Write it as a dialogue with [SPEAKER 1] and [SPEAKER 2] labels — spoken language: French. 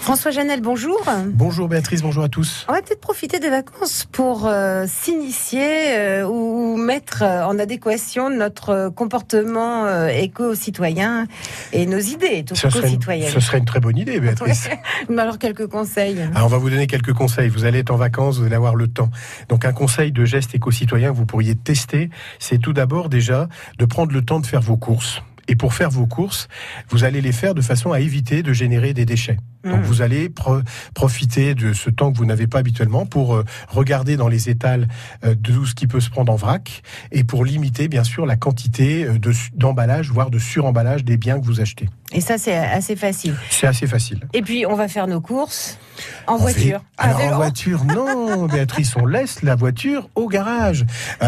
[SPEAKER 1] François Janel, bonjour.
[SPEAKER 2] Bonjour Béatrice, bonjour à tous.
[SPEAKER 1] On va peut-être profiter des vacances pour euh, s'initier euh, ou mettre euh, en adéquation notre euh, comportement euh, éco-citoyen et nos idées
[SPEAKER 2] Ce serait, une,
[SPEAKER 1] éco-citoyennes.
[SPEAKER 2] ce serait une très bonne idée, Béatrice.
[SPEAKER 1] Mais Alors quelques conseils.
[SPEAKER 2] Alors, on va vous donner quelques conseils. Vous allez être en vacances, vous allez avoir le temps. Donc, un conseil de geste éco-citoyen que vous pourriez tester, c'est tout d'abord déjà de prendre le temps de faire vos courses. Et pour faire vos courses, vous allez les faire de façon à éviter de générer des déchets. Donc
[SPEAKER 1] Mm.
[SPEAKER 2] vous allez pro- profiter de ce temps que vous n'avez pas habituellement pour euh, regarder dans les étals euh, de tout ce qui peut se prendre en vrac et pour limiter bien sûr la quantité euh, de su- d'emballage, voire de suremballage des biens que vous achetez.
[SPEAKER 1] Et ça, c'est euh, assez facile.
[SPEAKER 2] C'est assez facile.
[SPEAKER 1] Et puis, on va faire nos courses en
[SPEAKER 2] En vé-
[SPEAKER 1] voiture. Ah, à
[SPEAKER 2] Alors en
[SPEAKER 1] vélo.
[SPEAKER 2] voiture, non, Béatrice, on laisse la voiture au garage.